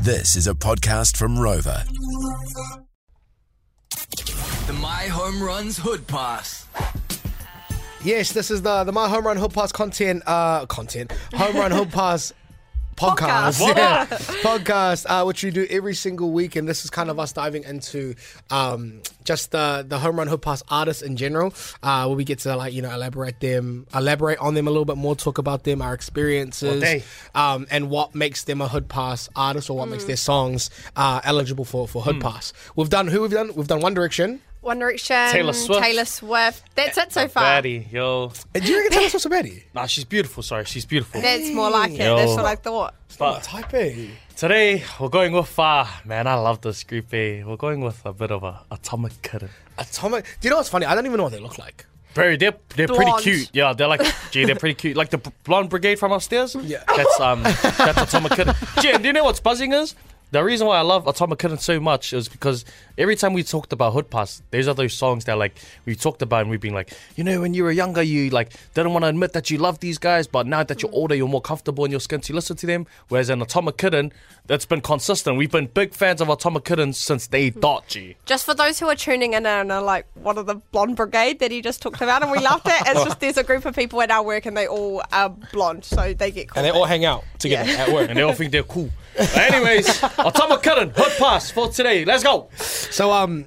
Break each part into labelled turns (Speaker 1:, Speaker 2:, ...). Speaker 1: This is a podcast from Rover.
Speaker 2: The My Home Runs Hood Pass.
Speaker 3: Yes, this is the the My Home Run Hood Pass content uh content Home Run Hood Pass podcast
Speaker 4: Podcast.
Speaker 3: Yeah. podcast uh, which we do every single week and this is kind of us diving into um just the the home run hood pass artists in general uh where we get to like you know elaborate them elaborate on them a little bit more talk about them our experiences
Speaker 4: they.
Speaker 3: um and what makes them a hood pass artist or what makes their songs uh eligible for for hood pass we've done who we've done we've done one direction
Speaker 4: One Direction,
Speaker 5: Taylor Swift. eh?
Speaker 4: Taylor Swift. That's it so far.
Speaker 5: Baddie, yo.
Speaker 3: Uh, do you reckon Taylor Swift's a baddie?
Speaker 5: Nah, she's beautiful. Sorry, she's beautiful.
Speaker 4: That's more like it.
Speaker 5: Yo.
Speaker 4: That's what I thought.
Speaker 5: But
Speaker 3: Type A.
Speaker 5: today we're going with far, man. I love this group. Eh? We're going with a bit of a atomic kitten.
Speaker 3: Atomic. Do you know what's funny? I don't even know what they look like.
Speaker 5: Bro, they're they're
Speaker 4: Blonde.
Speaker 5: pretty cute. Yeah, they're like, gee, they're pretty cute. Like the b- blonde brigade from upstairs.
Speaker 3: Yeah.
Speaker 5: that's um, that's atomic kitten. Gee, and do you know what's buzzing is? The reason why I love Atomic Kitten so much is because every time we talked about Hood Pass, these are those songs that like we talked about and we've been like, you know, when you were younger, you like didn't want to admit that you love these guys, but now that you're older, you're more comfortable in your skin to listen to them. Whereas an Atomic Kitten, that's been consistent. We've been big fans of Atomic Kitten since they dot G.
Speaker 4: Just for those who are tuning in and are like, what are the blonde brigade that he just talked about? And we loved it. It's just there's a group of people at our work and they all are blonde, so they get called.
Speaker 3: And they all hang out together
Speaker 4: Yeah.
Speaker 3: at work.
Speaker 5: and they all think they're cool. But anyways, Atomic Kitten, hood pass for today. Let's go.
Speaker 3: So um,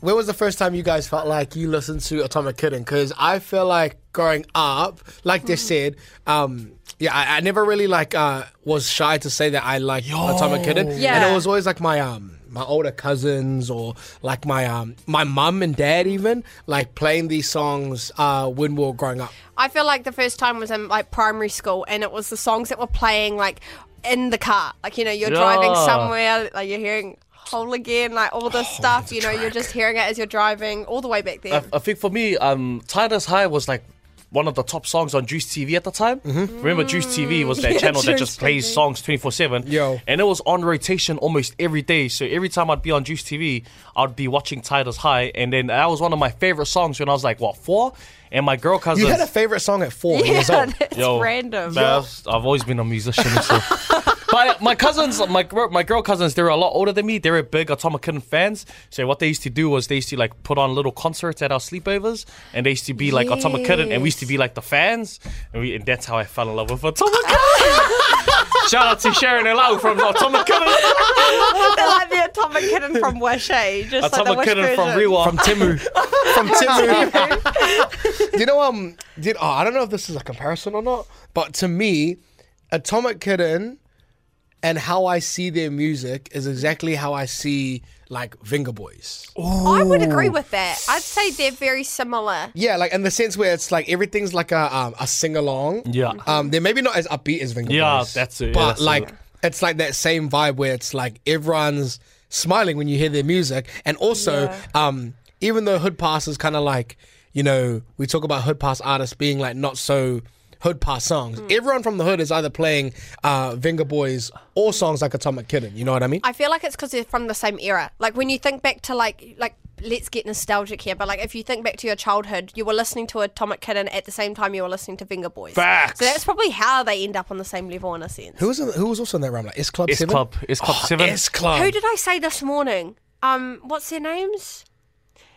Speaker 3: when was the first time you guys felt like you listened to Atomic Kitten? Because I feel like growing up, like
Speaker 4: Mm.
Speaker 3: they said, um, yeah, I, I never really like uh was shy to say that I like Atomic Kitten, and
Speaker 4: Yeah.
Speaker 3: it was always like my um. My older cousins, or like my um, my mum and dad, even like playing these songs uh, when we were growing up.
Speaker 4: I feel like the first time was in like primary school, and it was the songs that were playing like in the car. Like you know, you're driving
Speaker 5: Yeah.
Speaker 4: somewhere, like you're hearing "Whole Again," like all this stuff. You know, you're just hearing it as you're driving all the way back there.
Speaker 5: I, I think for me, um, Titus High was like one of the top songs on Juice TV at the time. Remember, Juice TV was that
Speaker 4: Yeah,
Speaker 5: channel that
Speaker 4: Juice
Speaker 5: just plays
Speaker 4: TV.
Speaker 5: songs 24 7.
Speaker 3: Yo.
Speaker 5: And it was on rotation almost every day. So every time I'd be on Juice TV, I'd be watching Titus High. And then that was one of my favorite songs when I was like, what, four? And my girl cousin.
Speaker 3: You had a favorite song at four
Speaker 4: yeah,
Speaker 3: years old.
Speaker 4: that's random.
Speaker 5: man, I've, I've always been a musician. So. my, my cousins, my gr- my girl cousins, they were a lot older than me. They were big Atomic Kitten fans. So what they used to do was they used to like put on little concerts at our sleepovers, and they used to be like Atomic Kitten, and we used to be like the fans, and, we, and that's how I fell in love with Atomic Kitten. Shout out to Sharon Elau from Atomic Kitten,
Speaker 4: They're like the atomic kitten from Wish, eh? Just like the
Speaker 5: Atomic
Speaker 4: Wish
Speaker 5: Kitten from
Speaker 4: version.
Speaker 5: Rewa. From
Speaker 3: Timu. From Timu. you know, um, did oh, I don't know if this is a comparison or not, but to me, Atomic Kitten and how I see their music is exactly how I see like Vinger Boys.
Speaker 4: I would agree with that. I'd say they're very similar.
Speaker 3: Yeah, like in the sense where it's like everything's like a um, a sing along.
Speaker 5: Yeah.
Speaker 3: Um, they're maybe not as upbeat as Vinger
Speaker 5: Yeah,
Speaker 3: Boys.
Speaker 5: that's it, yeah,
Speaker 3: But
Speaker 5: that's it.
Speaker 3: like it's like that same vibe where it's like everyone's smiling when you hear their music, and also um, even though Hood Pass is kind of like you know we talk about Hood Pass artists being like not so. Hood pass songs. Everyone from the hood is either playing uh Vinger Boys or songs like Atomic Kitten. You know what I mean?
Speaker 4: I feel like it's because they're from the same era. Like when you think back to like like let's get nostalgic here, but like if you think back to your childhood, you were listening to Atomic Kitten at the same time you were listening to Finger Boys.
Speaker 5: Facts.
Speaker 4: So that's probably how they end up on the same level in a sense.
Speaker 3: who was in, who was also in that round? Like S Club
Speaker 5: S
Speaker 3: Seven.
Speaker 5: Club, S Club
Speaker 4: Oh,
Speaker 5: Seven.
Speaker 3: S Club.
Speaker 4: Who did I say this morning? Um, what's their names?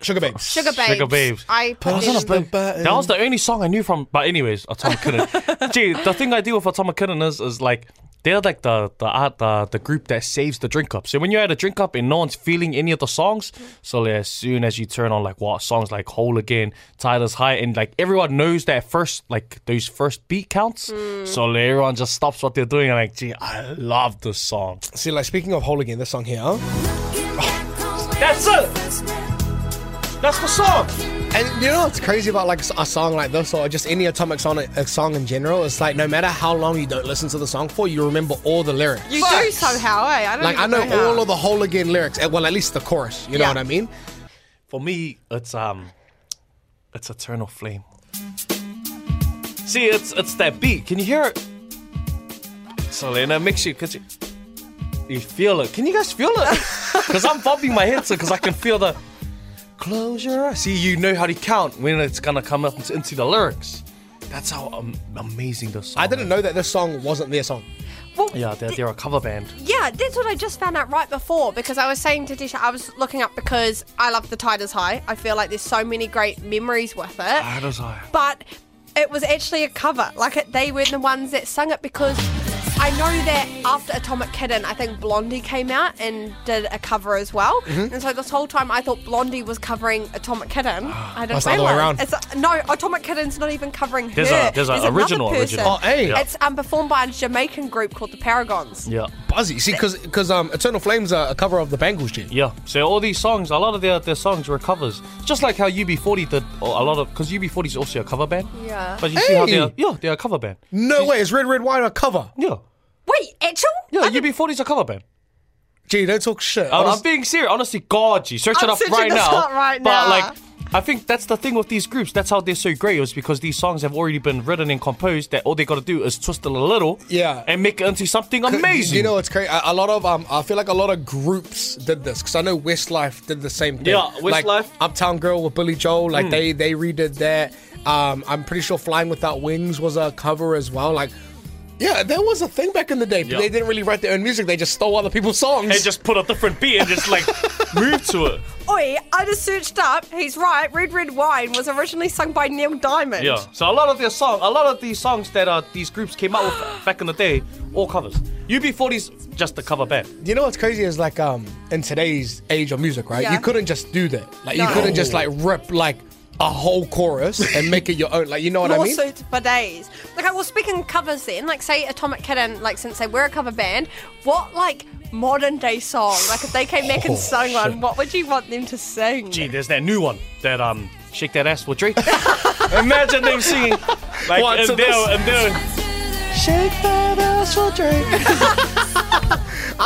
Speaker 3: Sugar Babes.
Speaker 4: Sugar Babes.
Speaker 5: Sugar Babes.
Speaker 4: I put them-
Speaker 5: That was the only song I knew from. But anyways, Atomic Kitten. Gee, the thing I do with Atomic Kitten is, is like they're like the the art the, the group that saves the drink up. So when you're at a drink up and no one's feeling any of the songs, so like, as soon as you turn on like what songs like Whole Again, Tyler's High, and like everyone knows that first like those first beat counts, so like, everyone just stops what they're doing and like, gee, I love this song.
Speaker 3: See, like speaking of Hole again, this song here,
Speaker 5: That's it. That's the song.
Speaker 3: and you know what's crazy about like a song like this or just any Atomic song, a song in general? It's like no matter how long you don't listen to the song for, you remember all the lyrics.
Speaker 4: You do somehow, eh? I don't
Speaker 3: like I
Speaker 4: even
Speaker 3: know
Speaker 4: how.
Speaker 3: all of the Hole again lyrics, eh, well at least the chorus. You know
Speaker 4: Yeah.
Speaker 3: what I mean?
Speaker 5: For me, it's um, it's Eternal Flame. See, it's it's that beat. Can you hear it? Selena, makes you because you, you feel it. Can you guys feel it? Because I'm bobbing my head so because I can feel the close your eyes. See, you know how to count when it's gonna come up into the lyrics. That's how um, amazing the song.
Speaker 3: I didn't know that this song wasn't their song.
Speaker 4: Well,
Speaker 5: Yeah, they're, they're a cover band.
Speaker 4: Yeah, that's what I just found out right before because I was saying to Tisha, I was looking up because I love the Titus High. I feel like there's so many great memories with it. But it was actually a cover. Like it, they were the ones that sung it because I know that after Atomic Kitten, I think Blondie came out and did a cover as well.
Speaker 5: Mm-hmm.
Speaker 4: And so this whole time I thought Blondie was covering Atomic Kitten.
Speaker 5: Ah,
Speaker 4: I didn't
Speaker 3: That's the other way
Speaker 4: realize.
Speaker 3: around.
Speaker 4: It's- no, Atomic Kitten's not even covering
Speaker 5: There's
Speaker 4: her.
Speaker 5: a- there's a
Speaker 4: another
Speaker 5: original,
Speaker 4: person.
Speaker 5: original.
Speaker 3: Oh, hey. Yeah.
Speaker 4: It's um, performed by a Jamaican group called the Paragons.
Speaker 5: Yeah.
Speaker 3: Buzzy. See, because um, Eternal Flames are a cover of the Bangles tune.
Speaker 5: Yeah. So all these songs, a lot of their, their songs were covers. Just like how UB40 did a lot of, because UB40 is also a cover band.
Speaker 4: Yeah.
Speaker 5: But you see how
Speaker 3: Hey!
Speaker 5: they're, yeah, they're a cover band.
Speaker 3: No way, is Red Red Wine a cover?
Speaker 5: Yeah.
Speaker 4: Wait, actual?
Speaker 5: Yeah, UB40 is a cover band. Uh,
Speaker 3: Gee, don't talk shit.
Speaker 5: I'm,
Speaker 3: Honest-
Speaker 5: I'm being serious. Honestly, God, you search
Speaker 4: I'm
Speaker 5: it up
Speaker 4: searching
Speaker 5: right
Speaker 4: this
Speaker 5: now.
Speaker 4: up right
Speaker 5: but
Speaker 4: now.
Speaker 5: like, I think that's the thing with these groups. That's how they're so great. Is because these songs have already been written and composed. That all they got to do is twist it a little,
Speaker 3: Yeah.
Speaker 5: and make it into something amazing.
Speaker 3: You know, it's crazy. A, a lot of um, I feel like a lot of groups did this because I know Westlife did the same thing.
Speaker 5: Yeah, Westlife. Hmm.
Speaker 3: Like, Uptown Girl with Billy Joel, like they they redid that. Um, I'm pretty sure Flying Without Wings was a cover as well. Like, yeah, there was a thing back in the day. but
Speaker 5: Yeah.
Speaker 3: They didn't really write their own music; they just stole other people's songs.
Speaker 5: and just put a different beat and just like move to it.
Speaker 4: Oi, I just searched up. He's right. Red Red Wine was originally sung by Neil Diamond.
Speaker 5: Yeah. So a lot of their song, a lot of these songs that uh, these groups came out with back in the day, all covers. UB40's just a cover band.
Speaker 3: you know what's crazy is like um in today's age of music, right?
Speaker 4: Yeah.
Speaker 3: You couldn't just do that. Like
Speaker 4: No.
Speaker 3: you couldn't just like rip like a whole chorus and make it your own. Like you know what I mean?
Speaker 4: Lawsuits for days. Okay, well, speaking of covers then, like say Atomic Kitten, like since they were a cover band, what like modern day song, like if they came back and
Speaker 3: Oh,
Speaker 4: sung one,
Speaker 3: shit.
Speaker 4: what would you want them to sing?
Speaker 5: Gee, there's that new one that um shake that ass with Drake. Imagine them singing like
Speaker 3: What,
Speaker 5: and
Speaker 3: so
Speaker 5: they'll-
Speaker 3: this-
Speaker 5: and they'll-
Speaker 3: I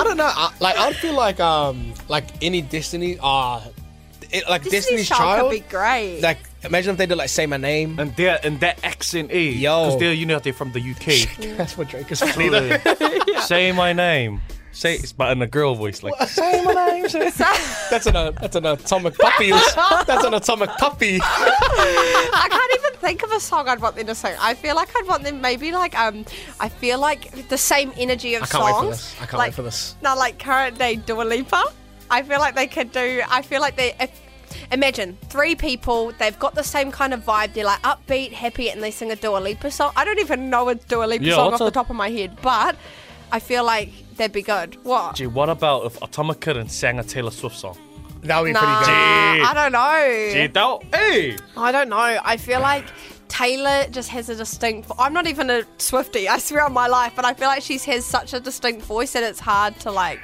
Speaker 3: don't know. I, like I'd feel like um like any Destiny uh it, like Destiny's, Child.
Speaker 4: could be great.
Speaker 3: Like imagine if they did like say my name.
Speaker 5: And they're and that accent eh?
Speaker 3: Yo.
Speaker 5: Because they're you know they're from the UK.
Speaker 3: That's what Drake is.
Speaker 5: Really. Say my name. Say it's but in a girl voice like
Speaker 3: say my name. that's an uh, that's an atomic puppy. that's an atomic puppy.
Speaker 4: I can't even think of a song I'd want them to sing. I feel like I'd want them maybe like um I feel like the same energy of
Speaker 3: I can't wait
Speaker 4: songs.
Speaker 3: for this. I can't wait
Speaker 4: like,
Speaker 3: for this.
Speaker 4: Now like current day Dua Lipa. I feel like they could do I feel like they if Imagine three people, they've got the same kind of vibe. They're like upbeat, happy, and they sing a Dua Lipa song. I don't even know a Dua Lipa
Speaker 5: Yeah,
Speaker 4: song
Speaker 5: what's
Speaker 4: off the
Speaker 5: a-
Speaker 4: top of my head, but I feel like they'd be good. What?
Speaker 5: Gee, what about if Atomic Kitten sang a Taylor Swift song?
Speaker 3: That would be
Speaker 4: Nah,
Speaker 3: pretty good.
Speaker 5: Gee.
Speaker 4: I don't know.
Speaker 5: Gee, that hey!
Speaker 4: I don't know. I feel like Taylor just has a distinct. I'm not even a Swifty. I swear on my life, but I feel like she has such a distinct voice, and it's hard to like.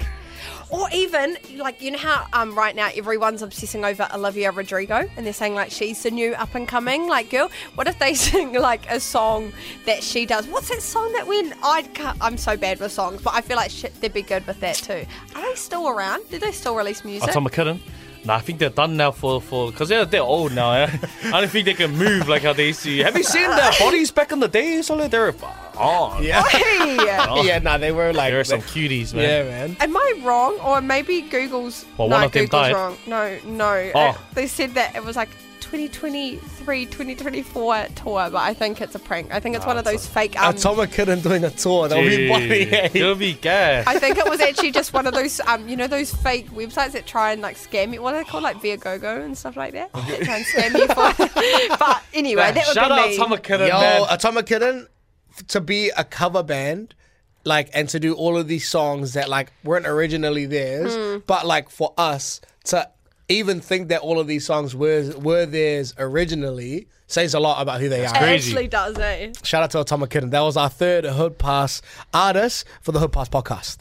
Speaker 4: Or even like you know how um, right now everyone's obsessing over Olivia Rodrigo, and they're saying like she's the new up and coming like girl. What if they sing like a song that she does? What's that song that when I can't, I'm so bad with songs, but I feel like shit, they'd be good with that too. Are they still around? Do they still release music?
Speaker 5: Atomic Kitten. Nah, I think they're done now for for because they're they're old now. eh? I don't think they can move like how they used to. Have you seen their bodies back in the day? So like they're oh, yeah.
Speaker 4: Hey!
Speaker 3: Yeah, no, they were like
Speaker 5: There are some cuties, man.
Speaker 3: Yeah, man.
Speaker 4: Am I wrong, or maybe Google's?
Speaker 5: Well,
Speaker 4: no,
Speaker 5: one of them
Speaker 4: Google's
Speaker 5: died.
Speaker 4: wrong. No, no.
Speaker 5: Oh.
Speaker 4: It- they said that it was like 2023, 2024 tour, but I think it's a prank. I think it's one of those fake. Um,
Speaker 3: Atomic Kitten doing a tour. That would be funny. eh?
Speaker 5: You'll be gas.
Speaker 4: I think it was actually just one of those, um, you know, those fake websites that try and like scam you. What are they called, like Viagogo and stuff like that? That try and scam you for. but anyway, that would
Speaker 5: Shout
Speaker 4: be
Speaker 5: out
Speaker 4: me.
Speaker 5: Atomic Kitten,
Speaker 3: Yo,
Speaker 5: man.
Speaker 3: Atomic Kitten, f- to be a cover band, like, and to do all of these songs that like weren't originally theirs, but like for us to even think that all of these songs were were theirs originally says a lot about who they are.
Speaker 4: It
Speaker 5: crazy.
Speaker 4: actually does, eh?
Speaker 3: Shout out to Atomic Kitten. That was our third Hood Pass artist for the Hood Pass podcast.